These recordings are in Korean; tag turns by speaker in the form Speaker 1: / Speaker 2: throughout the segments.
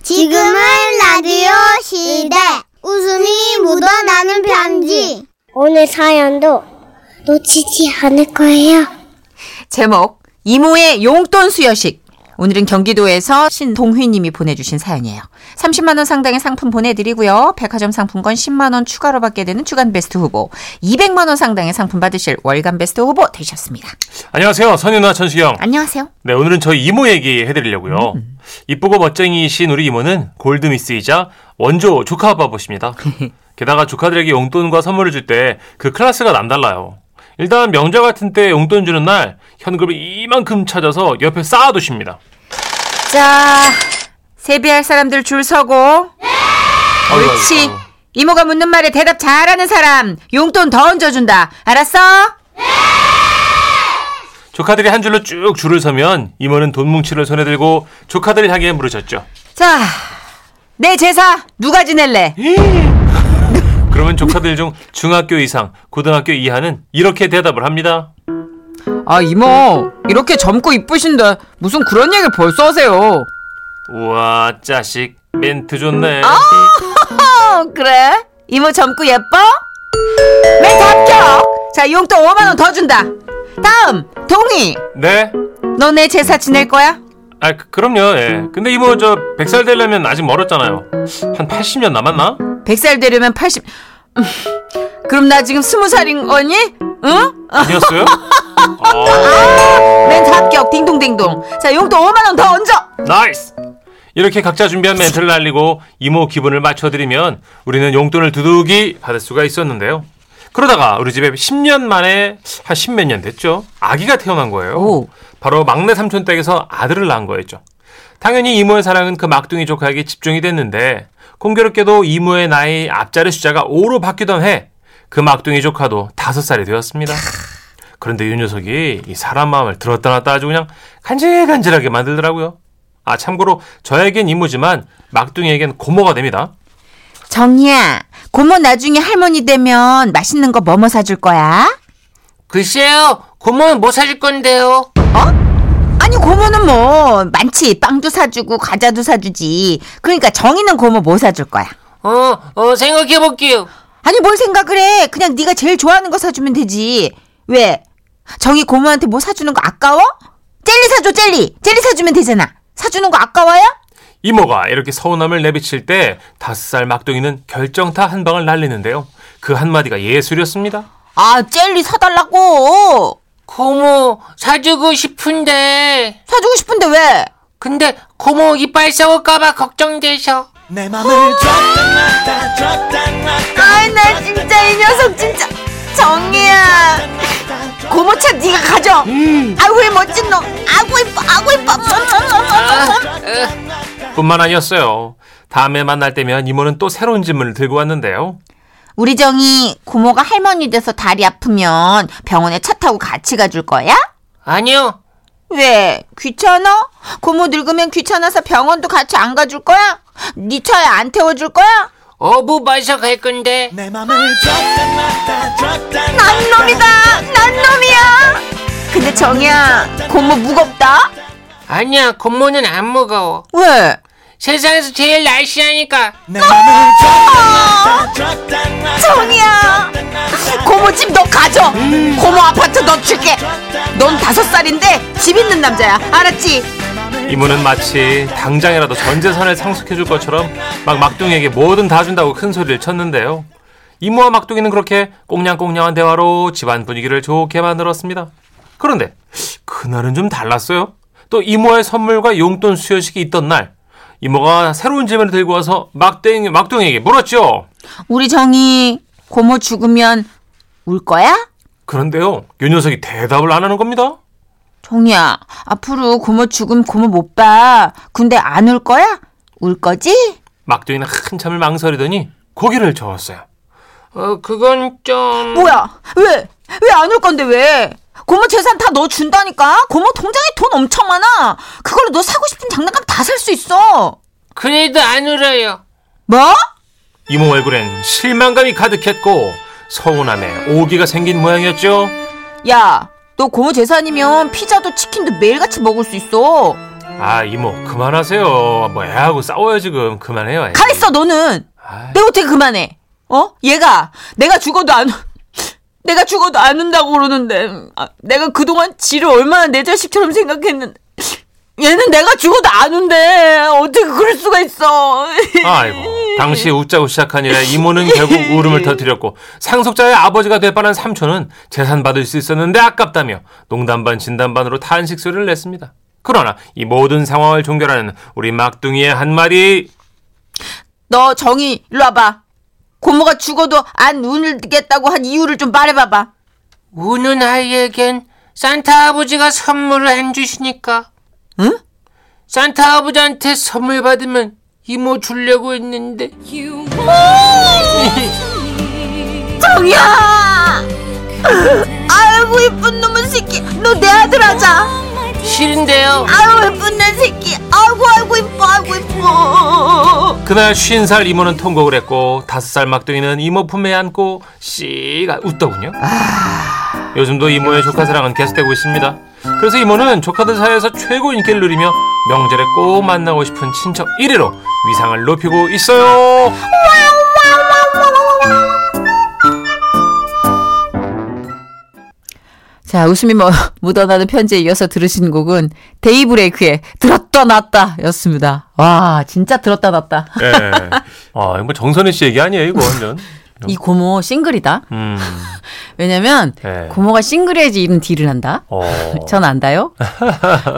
Speaker 1: 지금은 라디오 시대. 웃음이 묻어나는 편지.
Speaker 2: 오늘 사연도 놓치지 않을 거예요.
Speaker 3: 제목 이모의 용돈 수여식. 오늘은 경기도에서 신동휘님이 보내주신 사연이에요. 30만 원 상당의 상품 보내드리고요. 백화점 상품권 10만 원 추가로 받게 되는 주간 베스트 후보, 200만 원 상당의 상품 받으실 월간 베스트 후보 되셨습니다.
Speaker 4: 안녕하세요. 선윤아 천수영.
Speaker 3: 안녕하세요.
Speaker 4: 네, 오늘은 저희 이모 얘기 해드리려고요. 이쁘고 멋쟁이신 우리 이모는 골드미스이자 원조 조카 아빠보십니다. 게다가 조카들에게 용돈과 선물을 줄 때 그 클래스가 남달라요. 일단 명절 같은 때 용돈 주는 날 현금을 이만큼 찾아서 옆에 쌓아두십니다.
Speaker 3: 자, 세배할 사람들 줄 서고.
Speaker 4: 아이고,
Speaker 3: 그렇지.
Speaker 4: 아이고.
Speaker 3: 이모가 묻는 말에 대답 잘하는 사람 용돈 더 얹어준다. 알았어?
Speaker 4: 조카들이 한 줄로 쭉 줄을 서면 이모는 돈 뭉치를 손에 들고 조카들 향해 물으셨죠.
Speaker 3: 자, 내 제사 누가 지낼래?
Speaker 4: 그러면 조카들 중 중학교 이상, 고등학교 이하는 이렇게 대답을 합니다.
Speaker 5: 아 이모 이렇게 젊고 이쁘신데 무슨 그런 얘기를 벌써 하세요
Speaker 4: 우와 자식 멘트 좋네
Speaker 3: 어, 그래? 이모 젊고 예뻐? 맨 합격! 자, 용돈 5만원 더 준다. 다음, 동희.
Speaker 4: 네?
Speaker 3: 너 내 제사 지낼 거야?
Speaker 4: 아 그, 그럼요 예. 근데 이모 저 100살 되려면 아직 멀었잖아요 한 80년 남았나?
Speaker 3: 100살 되려면 80. 음, 그럼 나 지금 20살인 거니? 응?
Speaker 4: 아니었어요? 어,
Speaker 3: 맨 합격, 딩동댕동. 자, 용돈 5만원 더 얹어!
Speaker 4: 나이스 이렇게 각자 준비한 멘트를 날리고 이모 기분을 맞춰드리면 우리는 용돈을 두둑이 받을 수가 있었는데요 그러다가 우리 집에 10년 만에 한 10몇 년 됐죠 아기가 태어난 거예요
Speaker 3: 오.
Speaker 4: 바로 막내 삼촌 댁에서 아들을 낳은 거였죠. 당연히 이모의 사랑은 그 막둥이 조카에게 집중이 됐는데 공교롭게도 이모의 나이 앞자리 숫자가 5로 바뀌던 해 그 막둥이 조카도 5살이 되었습니다. 그런데 이 녀석이 이 사람 마음을 들었다 놨다 아주 그냥 간질간질하게 만들더라고요. 아 참고로 저에겐 이모지만 막둥이에겐 고모가 됩니다.
Speaker 3: 정희야, 고모 나중에 할머니 되면 맛있는 거 뭐뭐 사줄 거야?
Speaker 4: 글쎄요 고모는 뭐 사줄 건데요?
Speaker 3: 아니, 고모는 뭐, 많지. 빵도 사주고, 과자도 사주지. 그러니까 정희는 고모 뭐 사줄 거야?
Speaker 6: 어, 어, 생각해볼게요.
Speaker 3: 아니 뭘 생각을 해? 그냥 네가 제일 좋아하는 거 사주면 되지. 왜? 정이 고모한테 뭐 사주는 거 아까워? 젤리 사줘 젤리. 젤리 사주면 되잖아. 사주는 거 아까워요?
Speaker 4: 이모가 이렇게 서운함을 내비칠 때 다섯 살 막둥이는 결정타 한 방을 날리는데요. 그 한마디가 예술이었습니다.
Speaker 3: 아 젤리 사달라고.
Speaker 6: 고모, 사주고 싶은데.
Speaker 3: 사주고 싶은데 왜?
Speaker 6: 근데 고모 이빨 썩을까봐 걱정되셔.
Speaker 7: 내 맘을 줬다 놨다 줬다 놨다
Speaker 3: 아이 나 진짜 이 녀석 진짜 정이야. 고모 차 네가 가져. 아이고 이 멋진 놈. 아이고 이뻐 아이고 이뻐.
Speaker 4: 뿐만 아니었어요. 다음에 만날 때면 이모는 또 새로운 질문을 들고 왔는데요.
Speaker 3: 우리 정이 고모가 할머니 돼서 다리 아프면 병원에 차 타고 같이 가줄 거야?
Speaker 6: 아니요.
Speaker 3: 왜? 귀찮아? 고모 늙으면 귀찮아서 병원도 같이 안 가줄 거야? 네 차에 안 태워줄 거야?
Speaker 6: 어부 마셔 갈 건데.
Speaker 7: 내 맘을 줬다 놨다 줬다
Speaker 3: 난
Speaker 7: 놨다
Speaker 3: 놈이다! 난 놈이야! 근데 정이야, 고모 무겁다?
Speaker 6: 아니야, 고모는 안 무거워.
Speaker 3: 왜?
Speaker 6: 세상에서 제일 날씬하니까.
Speaker 7: 내 맘을 줬다 놨다 줬다 놨다
Speaker 3: 정이야!
Speaker 7: 줬다 놨다
Speaker 3: 고모 집 너 가져! 고모 아파트 너 줄게! 넌 다섯 살인데 집 있는 남자야, 알았지?
Speaker 4: 이모는 마치 당장이라도 전 재산을 상속해줄 것처럼 막 막둥이에게 뭐든 다 준다고 큰 소리를 쳤는데요. 이모와 막둥이는 그렇게 꽁냥꽁냥한 대화로 집안 분위기를 좋게 만들었습니다. 그런데 그날은 좀 달랐어요. 또 이모의 선물과 용돈 수여식이 있던 날, 이모가 새로운 질문을 들고 와서 막둥이, 막둥이에게 물었죠.
Speaker 3: 우리 정이 고모 죽으면 울 거야?
Speaker 4: 그런데요, 요 녀석이 대답을 안 하는 겁니다.
Speaker 3: 정이야, 앞으로 고모 죽음 고모 못 봐. 근데 안 울 거야? 울 거지?
Speaker 4: 막둥이는 한참을 망설이더니 고개를 저었어요.
Speaker 6: 어, 그건 좀.
Speaker 3: 뭐야? 왜? 왜 안 올 건데 왜? 고모 재산 다 너 준다니까? 고모 통장에 돈 엄청 많아. 그걸로 너 사고 싶은 장난감 다 살 수 있어.
Speaker 6: 그래도 안 울어요.
Speaker 3: 뭐?
Speaker 4: 이모 얼굴엔 실망감이 가득했고 서운함에 오기가 생긴 모양이었죠.
Speaker 3: 야, 너 고모 재산이면 피자도 치킨도 매일같이 먹을 수 있어.
Speaker 4: 아 이모 그만하세요. 뭐 애하고 싸워요 지금 그만해요. 애.
Speaker 3: 가만 있어 너는
Speaker 4: 아이,
Speaker 3: 내가 어떻게 그만해? 어? 얘가 내가 죽어도 안 내가 죽어도 안 운다고 그러는데 아, 내가 그동안 지를 얼마나 내 자식처럼 생각했는데 얘는 내가 죽어도 안 운대 어떻게 그럴 수가 있어
Speaker 4: 아이고 당시 웃자고 시작한 이래 이모는 결국 울음을 터뜨렸고 상속자의 아버지가 될 뻔한 삼촌은 재산 받을 수 있었는데 아깝다며 농담 반 진담 반으로 탄식 소리를 냈습니다. 그러나 이 모든 상황을 종결하는 우리 막둥이의 한마디
Speaker 3: 너 정이 일로 와봐 고모가 죽어도 안 울겠다고 한 이유를 좀 말해봐봐
Speaker 6: 우는 아이에겐 산타 아버지가 선물을 안 주시니까.
Speaker 3: 응?
Speaker 6: 산타 아버지한테 선물 받으면 이모 주려고 했는데.
Speaker 3: 정이야 아이고 이쁜 놈의 새끼 너 내 아들 하자
Speaker 6: 싫은데요.
Speaker 3: 아유 예쁜 내 새끼 아이고 아이고 이뻐 아이고 이뻐
Speaker 4: 그날 50살 이모는 통곡을 했고 5살 막둥이는 이모 품에 안고 씨가 웃더군요.
Speaker 3: 아.
Speaker 4: 요즘도 이모의 조카 사랑은 계속되고 있습니다. 그래서 이모는 조카들 사이에서 최고 인기를 누리며 명절에 꼭 만나고 싶은 친척 1위로 위상을 높이고 있어요.
Speaker 3: 자, 웃음이 뭐, 묻어나는 편지에 이어서 들으신 곡은 데이브레이크의 들었다 놨다 였습니다. 와, 진짜 들었다 놨다.
Speaker 4: 예. 아, 이거 정선희 씨 얘기 아니에요, 이거 완전.
Speaker 3: 이 고모 싱글이다.
Speaker 4: 음.
Speaker 3: 왜냐면,
Speaker 4: 네.
Speaker 3: 고모가 싱글해야지 이런 딜을 한다.
Speaker 4: 어.
Speaker 3: 전 안다요?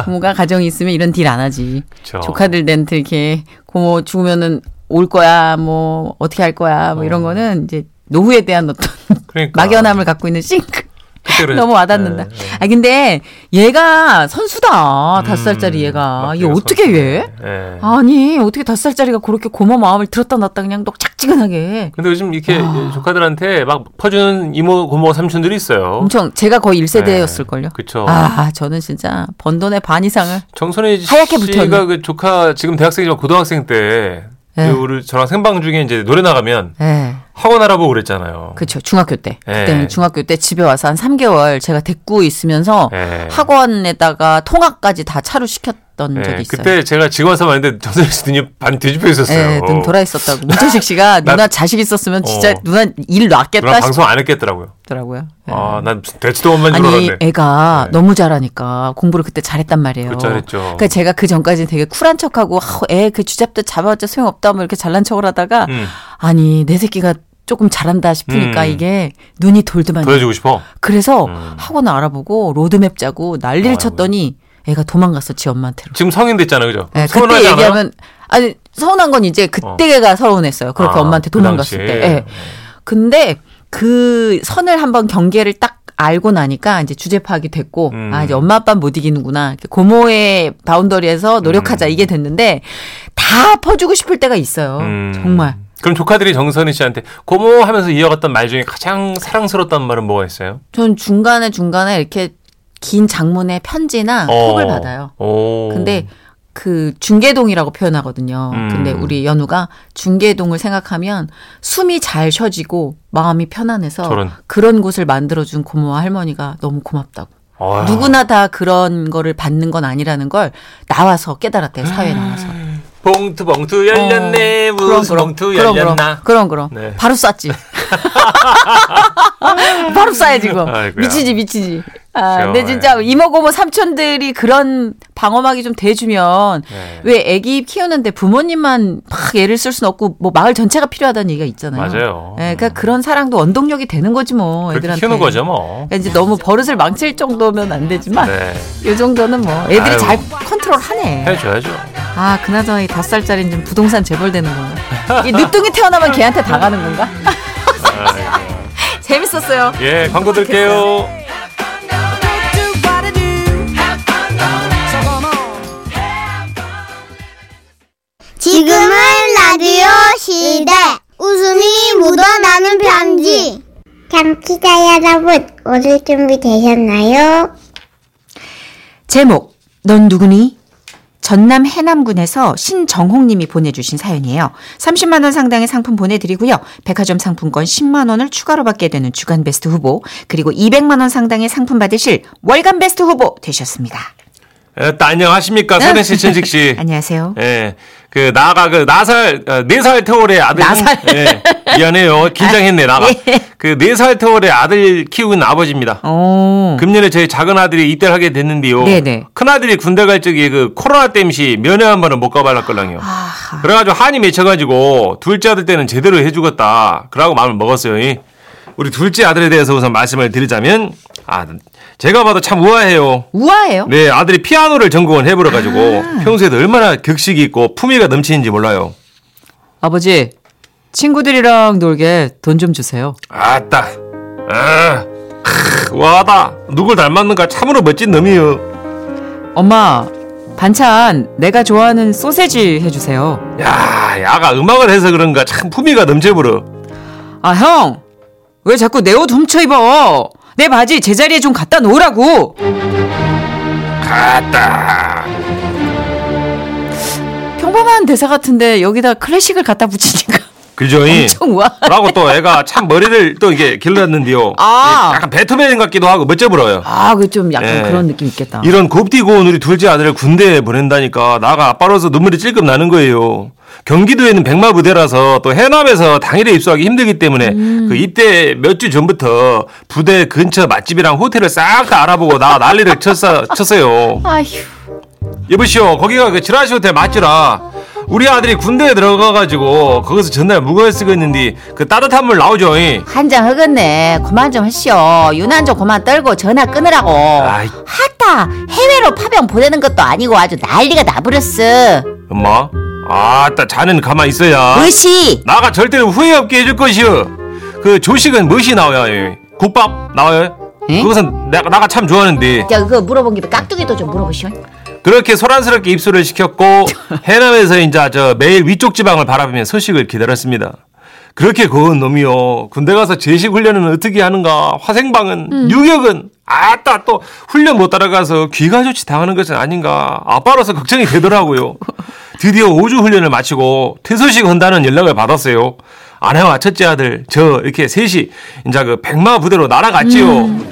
Speaker 3: 고모가 가정이 있으면 이런 딜 안 하지.
Speaker 4: 그쵸.
Speaker 3: 조카들 낸트 이렇게 고모 죽으면은 올 거야, 뭐, 어떻게 할 거야, 뭐 이런 거는 이제 노후에 대한 어떤
Speaker 4: 그러니까.
Speaker 3: 막연함을 갖고 있는 싱글.
Speaker 4: 그때 그랬-
Speaker 3: 너무 와닿는다.
Speaker 4: 예, 예.
Speaker 3: 아 근데 얘가 선수다. 다섯 살짜리
Speaker 4: 음,
Speaker 3: 얘가.
Speaker 4: 막둥이
Speaker 3: 얘 어떻게
Speaker 4: 선수.
Speaker 3: 얘?
Speaker 4: 예.
Speaker 3: 아니 어떻게 다섯 살짜리가 그렇게 고모 마음을 들었다 놨다 그냥 녹착지근하게.
Speaker 4: 근데 요즘
Speaker 3: 아.
Speaker 4: 이렇게 조카들한테 막 퍼주는 이모 고모 삼촌들이 있어요. 네.
Speaker 3: 엄청 제가 거의 1세대였을 걸요.
Speaker 4: 그렇죠.
Speaker 3: 아 저는 진짜 번 돈의 반 이상을
Speaker 4: 정선희 씨가
Speaker 3: 하얗게 붙었네.
Speaker 4: 그 조카 지금 대학생이지만 고등학생 때
Speaker 3: 예.
Speaker 4: 우리 저랑 생방 중에 이제 노래 나가면
Speaker 3: 예.
Speaker 4: 학원 알아보고 그랬잖아요.
Speaker 3: 그렇죠. 중학교 때.
Speaker 4: 예.
Speaker 3: 그때는 중학교 때 집에 와서 한 3개월 제가 데리고 있으면서
Speaker 4: 예.
Speaker 3: 학원에다가 통학까지 다 차로 시켰던
Speaker 4: 예,
Speaker 3: 적이 있어요.
Speaker 4: 그때 제가 직원 사봤는데 정선희 씨 눈이 반 뒤집혀 있었어요.
Speaker 3: 예, 눈 돌아 있었다고. 문천식 씨가
Speaker 4: 나-
Speaker 3: 누나 자식 있었으면 진짜
Speaker 4: 어.
Speaker 3: 누나 일
Speaker 4: 누나
Speaker 3: 놨겠다
Speaker 4: 방송 안 했겠더라고요.
Speaker 3: 싶더라고요. 예.
Speaker 4: 아, 난 무슨 대치도 엄만 줄
Speaker 3: 아니 예.
Speaker 4: 알았네.
Speaker 3: 애가
Speaker 4: 네.
Speaker 3: 너무 잘하니까 공부를 그때 잘했단 말이에요.
Speaker 4: 그렇죠, 그랬죠.
Speaker 3: 그러니까 제가 그 전까지는 되게 쿨한 척하고 애 그 주잡도 잡아봤자 소용없다 뭐 이렇게 잘난 척을 하다가
Speaker 4: 음.
Speaker 3: 아니 내 새끼가 조금 잘한다 싶으니까
Speaker 4: 음.
Speaker 3: 이게 눈이 돌더만
Speaker 4: 보여주고 싶어.
Speaker 3: 그래서
Speaker 4: 음.
Speaker 3: 학원 알아보고 로드맵 짜고 난리를
Speaker 4: 아이고.
Speaker 3: 쳤더니 애가 도망갔어 지 엄마한테로.
Speaker 4: 지금 성인 됐잖아요, 그죠?
Speaker 3: 예,
Speaker 4: 서운하지
Speaker 3: 그때
Speaker 4: 않아요?
Speaker 3: 얘기하면 아니 서운한 건 이제
Speaker 4: 어.
Speaker 3: 그때가 서운했어요. 그렇게
Speaker 4: 아,
Speaker 3: 엄마한테
Speaker 4: 그
Speaker 3: 도망갔을
Speaker 4: 당시에.
Speaker 3: 때. 예. 근데 그 선을 한번 경계를 딱 알고 나니까 이제 주제 파악이 됐고
Speaker 4: 음.
Speaker 3: 아 이제 엄마 아빠 못 이기는구나 이렇게 고모의 바운더리에서 노력하자 이게 됐는데 다 퍼주고 싶을 때가 있어요
Speaker 4: 음.
Speaker 3: 정말
Speaker 4: 그럼 조카들이 정선희 씨한테 고모 하면서 이어갔던 말 중에 가장 사랑스러웠던 말은 뭐가 있어요?
Speaker 3: 전 중간에 중간에 이렇게 긴 장문의 편지나 톡을 받아요
Speaker 4: 어. 오.
Speaker 3: 근데 그 중계동이라고 표현하거든요.
Speaker 4: 음.
Speaker 3: 근데 우리 연우가 중계동을 생각하면 숨이 잘 쉬어지고 마음이 편안해서
Speaker 4: 저런.
Speaker 3: 그런 곳을 만들어준 고모와 할머니가 너무 고맙다고.
Speaker 4: 아유.
Speaker 3: 누구나 다 그런 거를 받는 건 아니라는 걸 나와서 깨달았대 사회에 나와서.
Speaker 4: 음. 봉투 봉투 열렸네
Speaker 3: 어,
Speaker 4: 무슨 봉투 열렸나
Speaker 3: 그럼 그럼.
Speaker 4: 네.
Speaker 3: 바로 쐈지. 바로 쏴야 지금.
Speaker 4: 아이고야. 그렇죠. 예.
Speaker 3: 미치지 미치지. 아, 근데
Speaker 4: 귀여워요.
Speaker 3: 진짜 이모 고모 삼촌들이 그런 방어막이 좀 돼주면
Speaker 4: 네.
Speaker 3: 왜 애기 키우는데 부모님만 막 애를 쓸 순 없고 뭐 마을 전체가 필요하다는 얘기가 있잖아요.
Speaker 4: 맞아요. 음.
Speaker 3: 예, 그러니까 그런 사랑도 원동력이 되는 거지 뭐
Speaker 4: 그렇게
Speaker 3: 애들한테.
Speaker 4: 키우는 거죠 뭐
Speaker 3: 그러니까 이제 너무 버릇을 망칠 정도면 안 되지만
Speaker 4: 네.
Speaker 3: 요 정도는 뭐 애들이
Speaker 4: 아유.
Speaker 3: 잘 컨트롤하네.
Speaker 4: 해줘야죠
Speaker 3: 아, 그나저나 이 다섯 살짜리 지금 부동산 재벌되는 건가? 이 늦둥이 태어나면 걔한테 다 가는 건가? 재밌었어요.
Speaker 4: 예 광고 들게요
Speaker 1: 지금은 라디오 시대. 웃음이 묻어나는 편지.
Speaker 2: 감기자 여러분, 오늘 준비 되셨나요?
Speaker 3: 제목 넌 누구니? 전남 해남군에서 신정홍 님이 보내주신 사연이에요. 30만 원 상당의 상품 보내드리고요. 백화점 상품권 10만 원을 추가로 받게 되는 주간 베스트 후보 그리고 200만 원 상당의 상품 받으실 월간 베스트 후보 되셨습니다.
Speaker 4: 에, 따, 예, 안녕하십니까 손혜 씨, 천식 씨.
Speaker 3: 네. 안녕하세요.
Speaker 4: 예, 그 나가 그 나살 어, 네살 태월의 아들.
Speaker 3: 나살.
Speaker 4: 예, 미안해요. 긴장했네 나가.
Speaker 3: 예.
Speaker 4: 그 네 살 태월의 아들 키우는 아버지입니다.
Speaker 3: 어.
Speaker 4: 금년에 저희 작은 아들이 입대를 하게 됐는데요.
Speaker 3: 네네.
Speaker 4: 큰 아들이 군대 갈 적에 그 코로나 땜시 면회 한 번은 못 가발랐걸랑요. 그래가지고 한이 맺혀가지고 둘째 아들 때는 제대로 해주겠다. 그러고 마음을 먹었어요. 이. 우리 둘째 아들에 대해서 우선 말씀을 드리자면 아 제가 봐도 참 우아해요.
Speaker 3: 우아해요.
Speaker 4: 네 아들이 피아노를 전공을 해버려가지고
Speaker 3: 아.
Speaker 4: 평소에도 얼마나 격식이 있고 품위가 넘치는지 몰라요.
Speaker 5: 아버지, 친구들이랑 놀게 돈 좀 주세요.
Speaker 4: 아따 아 크, 와다 누굴 닮았는가 참으로 멋진 놈이요.
Speaker 5: 엄마, 반찬 내가 좋아하는 소세지 해주세요.
Speaker 4: 야, 야가 음악을 해서 그런가 참 품위가 넘쳐부러.
Speaker 5: 아, 형! 왜 자꾸 내 옷 훔쳐 입어? 내 바지 제자리에 좀 갖다 놓으라고!
Speaker 4: 갔다.
Speaker 5: 평범한 대사 같은데 여기다 클래식을 갖다 붙이니까
Speaker 4: 그죠이.
Speaker 5: 엄청 와.
Speaker 4: 라고 또 애가 참 머리를 또 이게 길렀는데요.
Speaker 5: 아.
Speaker 4: 약간 배트맨 같기도 하고 멋져 보여요.
Speaker 5: 아, 그 좀 약간
Speaker 4: 예.
Speaker 5: 그런 느낌 있겠다.
Speaker 4: 이런 곱디고운 우리 둘째 아들을 군대에 보낸다니까 나가 아빠로서 눈물이 찔끔 나는 거예요. 경기도에 있는 백마 부대라서 또 해남에서 당일에 입소하기 힘들기 때문에
Speaker 5: 음.
Speaker 4: 그 입대 몇 주 전부터 부대 근처 맛집이랑 호텔을 싹 다 알아보고 나 난리를 쳤어, 쳤어요.
Speaker 5: 아휴.
Speaker 4: 여보시오 거기가 그 지라시 호텔 맞지라 우리 아들이 군대에 들어가가지고 거기서 전날 무거워 쓰고 있는데 그 따뜻한 물 나오죠 이.
Speaker 3: 한장 흑었네. 그만 좀 하시오. 유난 좀 그만 떨고 전화 끊으라고.
Speaker 4: 아이.
Speaker 3: 하다 해외로 파병 보내는 것도 아니고 아주 난리가 나버렸어.
Speaker 4: 엄마 아따 자는 가만
Speaker 3: 아.
Speaker 4: 있어야
Speaker 3: 으시.
Speaker 4: 나가 절대로 후회 없게 해줄 것이요 그 조식은 무엇이 나와요 이? 국밥 나와요 그것은 나, 나가 참 좋아하는데
Speaker 3: 자, 그거 물어본 김에 깍두기도 좀 물어보시오.
Speaker 4: 그렇게 소란스럽게 입소를 시켰고 해남에서 이제 저 매일 위쪽 지방을 바라보며 소식을 기다렸습니다. 그렇게 고운 놈이요. 군대 가서 제식 훈련은 어떻게 하는가? 화생방은 유격은 아따 또 훈련 못 따라가서 귀가 조치 당하는 것은 아닌가? 아빠로서 걱정이 되더라고요. 드디어 5주 훈련을 마치고 퇴소식 한다는 연락을 받았어요. 아내와 첫째 아들 저 이렇게 셋이 이제 그 백마 부대로 날아갔지요.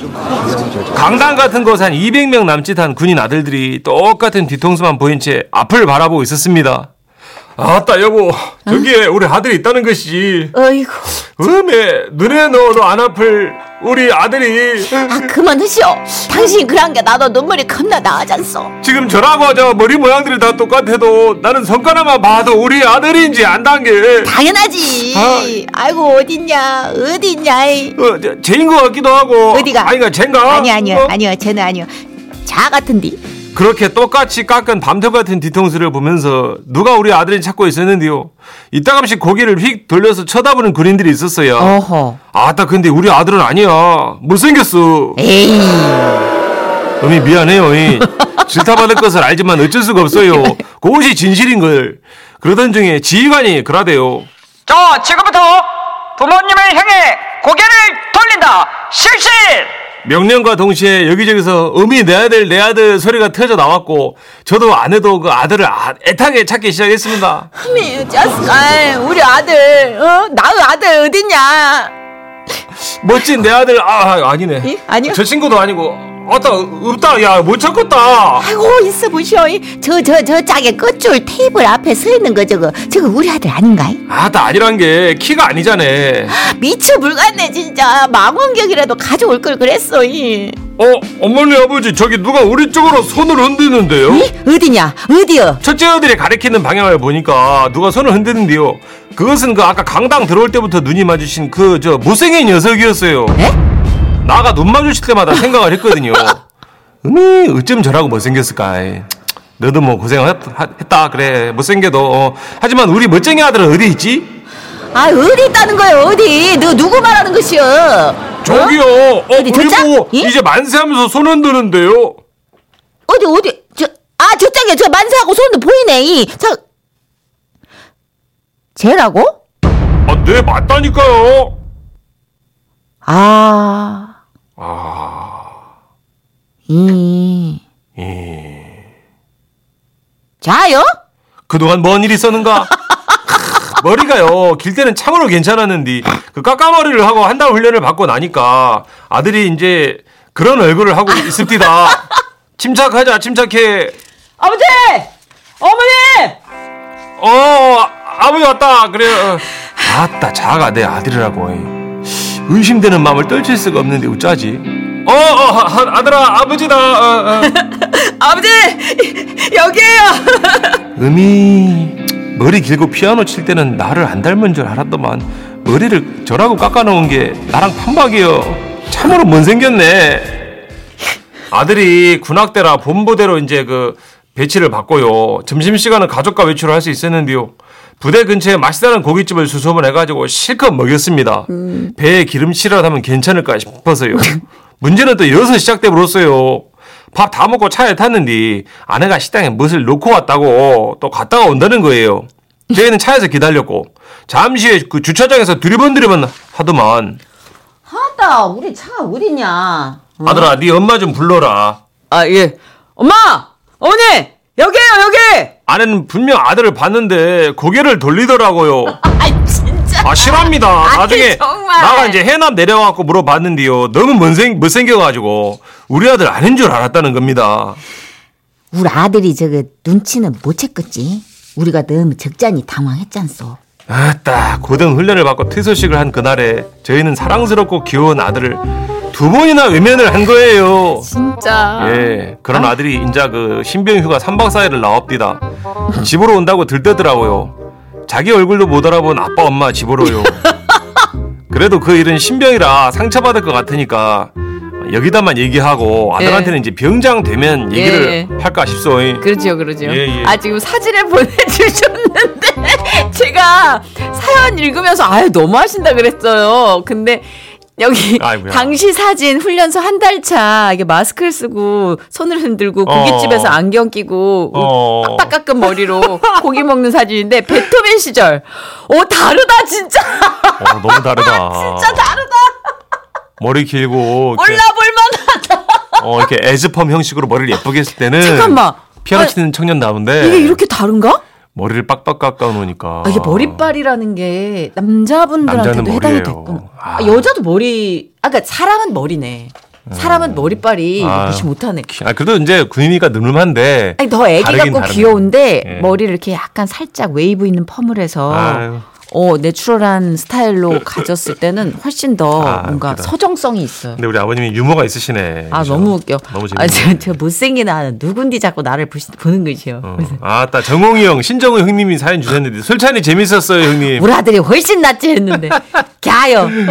Speaker 4: 강당 같은 곳 한 200명 남짓한 군인 아들들이 똑같은 뒤통수만 보인 채 앞을 바라보고 있었습니다. 아따 여보 저기에 우리 아들이 있다는 것이지
Speaker 3: 어이구.
Speaker 4: 음에 눈에 넣어도 안 아플 우리 아들이
Speaker 3: 아, 그만 하시오. 당신 그런 게 나도 눈물이 겁나 나아졌어.
Speaker 4: 지금 저라고 하자 머리 모양들이 다 똑같아도 나는 손가락만 봐도 우리 아들인지 안단 게
Speaker 3: 당연하지. 아이고, 어딨냐. 어딨냐. 이.
Speaker 4: 어, 저, 쟤인 것 같기도 하고
Speaker 3: 어디가? 뭐?
Speaker 4: 아니가 쟤인가?
Speaker 3: 아니요, 아니요,
Speaker 4: 어?
Speaker 3: 아니요. 쟤는 아니요. 자 같은디.
Speaker 4: 그렇게 똑같이 깎은 밤새 같은 뒤통수를 보면서 누가 우리 아들을 찾고 있었는데요. 이따금씩 고개를 휙 돌려서 쳐다보는 군인들이 있었어요.
Speaker 5: 어허.
Speaker 4: 아따 근데 우리 아들은 아니야. 못생겼어.
Speaker 3: 에이.
Speaker 4: 어미 미안해요. 이. 질타받을 것을 알지만 어쩔 수가 없어요.
Speaker 3: 예.
Speaker 4: 그것이 진실인 걸. 그러던 중에 지휘관이 그러대요.
Speaker 8: 자, 지금부터 부모님을 향해 고개를 돌린다. 실시!
Speaker 4: 명령과 동시에 여기저기서 음이 내 아들 내 아들 소리가 터져 나왔고 저도 아내도 그 아들을 아- 애타게 찾기 시작했습니다.
Speaker 3: 아이, 우리 아들, 어? 나의 아들 어딨냐.
Speaker 4: 멋진 내 아들 아 아니네.
Speaker 3: 이? 예? 아니요?
Speaker 4: 저 친구도 아니고 아따 없다 야 못 찾겠다.
Speaker 3: 아이고 있어 보시오 저 저 저 짝의 끝줄 테이블 앞에 서 있는 거 저거 저거 우리 아들 아닌가?
Speaker 4: 아따 아니란 게 키가 아니잖아.
Speaker 3: 미처 불갔네 진짜 망원경이라도 가져올 걸 그랬어 이.
Speaker 4: 어 어머니 아버지 저기 누가 우리 쪽으로 손을 흔드는데요.
Speaker 3: 어디냐 어디요?
Speaker 4: 첫째 아들이 가리키는 방향을 보니까 누가 손을 흔드는데요. 그것은 그 아까 강당 들어올 때부터 눈이 마주친 그 저 못생긴 녀석이었어요. 나가 눈 마주칠 때마다 생각을 했거든요. 음이 어쩜 저라고 못생겼을까. 에이, 너도 뭐 고생했다 그래 못생겨도 어. 하지만 우리 멋쟁이 아들은 어디 있지?
Speaker 3: 아 어디 있다는 거야 어디? 너 누구 말하는 것이여?
Speaker 4: 저기요. 어,
Speaker 3: 어디 저짝?
Speaker 4: 그리고
Speaker 3: 예?
Speaker 4: 이제 만세하면서 손 흔드는데요.
Speaker 3: 어디 어디 저아저 짝에 저 만세하고 손도 보이네 이. 저 쟤라고?
Speaker 4: 아, 네 맞다니까요.
Speaker 3: 아. 이. 자요?
Speaker 4: 그동안 뭔 일이 있었는가? 크, 머리가요 길 때는 참으로 괜찮았는데 그 까까머리를 하고 한 달 훈련을 받고 나니까 아들이 이제 그런 얼굴을 하고 있습니다.
Speaker 9: 침착하자, 침착해.
Speaker 3: 아버지! 어머니!
Speaker 4: 어, 아, 아버지 왔다. 그래요. 어. 아따, 자가 내 아들이라고. 의심되는 마음을 떨칠 수가 없는데 어쩌지? 어, 어, 하- 하- 아들아, 아버지다. 어, 어.
Speaker 3: 아버지! 여기에요!
Speaker 4: 음이 머리 길고 피아노 칠 때는 나를 안 닮은 줄 알았더만 머리를 저라고 깎아놓은 게 나랑 판박이요 참으로 못생겼네 아들이 군악대라 본부대로 이제 그 배치를 받고요 점심시간은 가족과 외출을 할 수 있었는데요 부대 근처에 맛있다는 고깃집을 수소문 해가지고 실컷 먹였습니다 배에 기름칠을 하면 괜찮을까 싶어서요 문제는 또 여기서 시작돼 버렸어요 밥 다 먹고 차에 탔는데 아내가 식당에 무엇을 놓고 왔다고 또 갔다가 온다는 거예요. 저희는 차에서 기다렸고 잠시 후에 그 주차장에서 두리번 두리번 하더만
Speaker 3: 아따, 우리 차가 어디냐?
Speaker 4: 아들아 네 엄마 좀 불러라.
Speaker 3: 아, 예. 엄마! 어머니! 여기에요, 여기!
Speaker 4: 아내는 분명 아들을 봤는데 고개를 돌리더라고요. 아 진짜. 아 싫합니다. 나중에
Speaker 3: 정말.
Speaker 4: 나가 이제 해남 내려와갖고 물어봤는데요. 너무 못생 못생겨가지고 우리 아들 아닌 줄 알았다는 겁니다.
Speaker 10: 우리 아들이 저거 눈치는 못 챘겠지. 우리가 너무 적잖이 당황했잖소.
Speaker 4: 아따 고등 훈련을 받고 퇴소식을 한 그날에 저희는 사랑스럽고 귀여운 아들을 두 번이나 외면을 한 거예요. 진짜.
Speaker 3: 아.
Speaker 4: 예. 그런 아들이 인자 그 신병 휴가 3박 4일을 나옵디다. 집으로 온다고 들떠더라고요. 자기 얼굴도 못 알아본 아빠 엄마 집으로요. 그래도 그 일은 신병이라 상처받을 것 같으니까 여기다만 얘기하고 아들한테는 이제 병장 되면 얘기를
Speaker 3: 예.
Speaker 4: 할까 싶소.
Speaker 3: 그렇죠, 그렇죠.
Speaker 4: 예, 예.
Speaker 3: 아, 지금 사진을 보내주셨는데, 제가 사연 읽으면서, 아유, 너무하신다 그랬어요. 근데, 여기,
Speaker 4: 아이고야.
Speaker 3: 당시 사진 훈련소 한 달 차 이게 마스크를 쓰고, 손을 흔들고,
Speaker 4: 어.
Speaker 3: 고깃집에서 안경 끼고,
Speaker 4: 어.
Speaker 3: 빡빡 깎은 머리로 고기 먹는 사진인데, 베토벤 시절. 오, 다르다, 진짜!
Speaker 4: 어, 너무 다르다.
Speaker 3: 그 진짜 다르다!
Speaker 4: 머리 길고 이렇게
Speaker 3: 올라볼만하다!
Speaker 4: 어, 이렇게 에즈펌 형식으로 머리를 예쁘게 했을 때는
Speaker 3: 잠깐만.
Speaker 4: 피아노
Speaker 3: 아니,
Speaker 4: 치는 청년 나오는데
Speaker 3: 이게 이렇게 다른가?
Speaker 4: 머리를 빡빡 깎아 놓으니까
Speaker 3: 아, 이게 머리빨이라는 게 남자분들한테도
Speaker 4: 남자는
Speaker 3: 해당이
Speaker 4: 머리예요.
Speaker 3: 됐구나. 아,
Speaker 4: 아.
Speaker 3: 여자도 머리, 아까 그러니까 사람은 머리네. 사람은 머리빨이
Speaker 4: 음. 아유.
Speaker 3: 무시 못하네.
Speaker 4: 아, 그래도 이제 군인이니까 늠름한데
Speaker 3: 아니, 더 애기
Speaker 4: 다르긴
Speaker 3: 같고
Speaker 4: 다르네.
Speaker 3: 귀여운데
Speaker 4: 예.
Speaker 3: 머리를 이렇게 약간 살짝 웨이브 있는 펌을해서
Speaker 4: 아유.
Speaker 3: 어 내추럴한 스타일로 가졌을 때는 훨씬 더
Speaker 4: 아,
Speaker 3: 뭔가
Speaker 4: 웃기다.
Speaker 3: 서정성이 있어요.
Speaker 4: 근데 우리 아버님이 유머가 있으시네.
Speaker 3: 아
Speaker 4: 그죠?
Speaker 3: 너무 웃겨.
Speaker 4: 너무 재밌네.
Speaker 3: 아 제가, 제가 못생긴 아 누군디 자꾸 나를 보시, 보는 거지요.
Speaker 4: 어. 아따 정홍이 형, 신정우 형님이 사연 주셨는데 솔찬이 재밌었어요, 형님.
Speaker 3: 우리 아들이 훨씬 낫지 했는데 갸요.
Speaker 4: 네.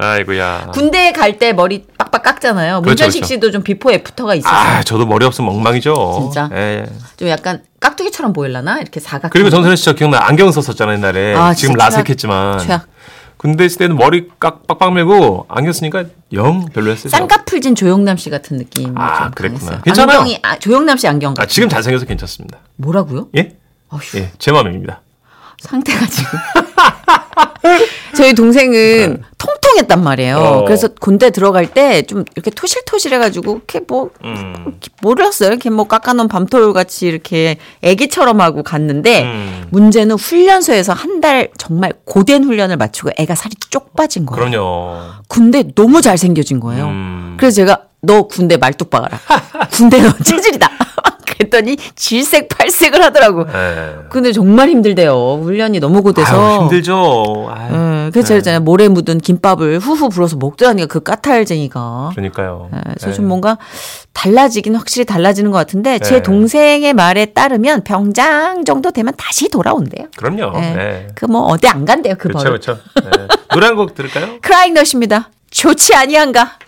Speaker 4: 아이고야.
Speaker 3: 어. 군대에 갈 때 머리 빡빡 깎잖아요. 문천식
Speaker 4: 그렇죠.
Speaker 3: 씨도 좀 비포 애프터가 있었어요.
Speaker 4: 아, 저도 머리 없으면 엉망이죠.
Speaker 3: 진짜?
Speaker 4: 예.
Speaker 3: 좀 약간 깍두기처럼 보일라나? 이렇게 사각.
Speaker 4: 그리고 정선혜 씨저 기억나 안경 썼었잖아요, 옛날에.
Speaker 3: 음. 아,
Speaker 4: 지금
Speaker 3: 진짜 최악.
Speaker 4: 라섹했지만.
Speaker 3: 최악.
Speaker 4: 군대 있을 때는 머리 깍 빡빡 메고 안경 쓰니까 영 별로였어요.
Speaker 3: 쌍꺼풀진 조용남 씨 같은 느낌.
Speaker 4: 아, 그랬구나. 괜찮아요.
Speaker 3: 안경이 아, 조용남 씨 안경.
Speaker 4: 아,
Speaker 3: 같은
Speaker 4: 지금 잘생겨서 괜찮습니다.
Speaker 3: 뭐라고요?
Speaker 4: 예?
Speaker 3: 어휴,
Speaker 4: 예, 제 마음입니다.
Speaker 3: 상태가 지금. 저희 동생은 통통했단 말이에요.
Speaker 4: 네. 어.
Speaker 3: 그래서 군대 들어갈 때 좀 이렇게 토실토실해가지고 이렇게 뭐
Speaker 4: 음.
Speaker 3: 몰랐어요. 이렇게 뭐 깎아놓은 밤톨 같이 이렇게 애기처럼 하고 갔는데
Speaker 4: 음.
Speaker 3: 문제는 훈련소에서 한 달 정말 고된 훈련을 마치고 애가 살이 쪽 빠진 거예요.
Speaker 4: 그럼요.
Speaker 3: 군대 너무 잘생겨진 거예요.
Speaker 4: 음.
Speaker 3: 그래서 제가 너 군대 말뚝 박아라. 군대 너 체질이다. 그랬더니 질색 팔색을 하더라고.
Speaker 4: 예.
Speaker 3: 근데 정말 힘들대요. 훈련이 너무 고돼서.
Speaker 4: 아유, 힘들죠. 네. 아유.
Speaker 3: 예, 그래서 제가 있잖아요. 모래 묻은 김밥을 후후 불어서 먹더라니까 그 까탈쟁이가.
Speaker 4: 그러니까요.
Speaker 3: 예, 그래서
Speaker 4: 예.
Speaker 3: 좀 뭔가 달라지긴 확실히 달라지는 것 같은데 제
Speaker 4: 예.
Speaker 3: 동생의 말에 따르면 병장 정도 되면 다시 돌아온대요.
Speaker 4: 그럼요.
Speaker 3: 예.
Speaker 4: 예.
Speaker 3: 그 뭐 어디 안 간대요 그
Speaker 4: 그렇죠,
Speaker 3: 버릇.
Speaker 4: 그렇죠. 예. 노래 한 곡 들을까요?
Speaker 3: 크라잉넛입니다. 좋지 아니한가.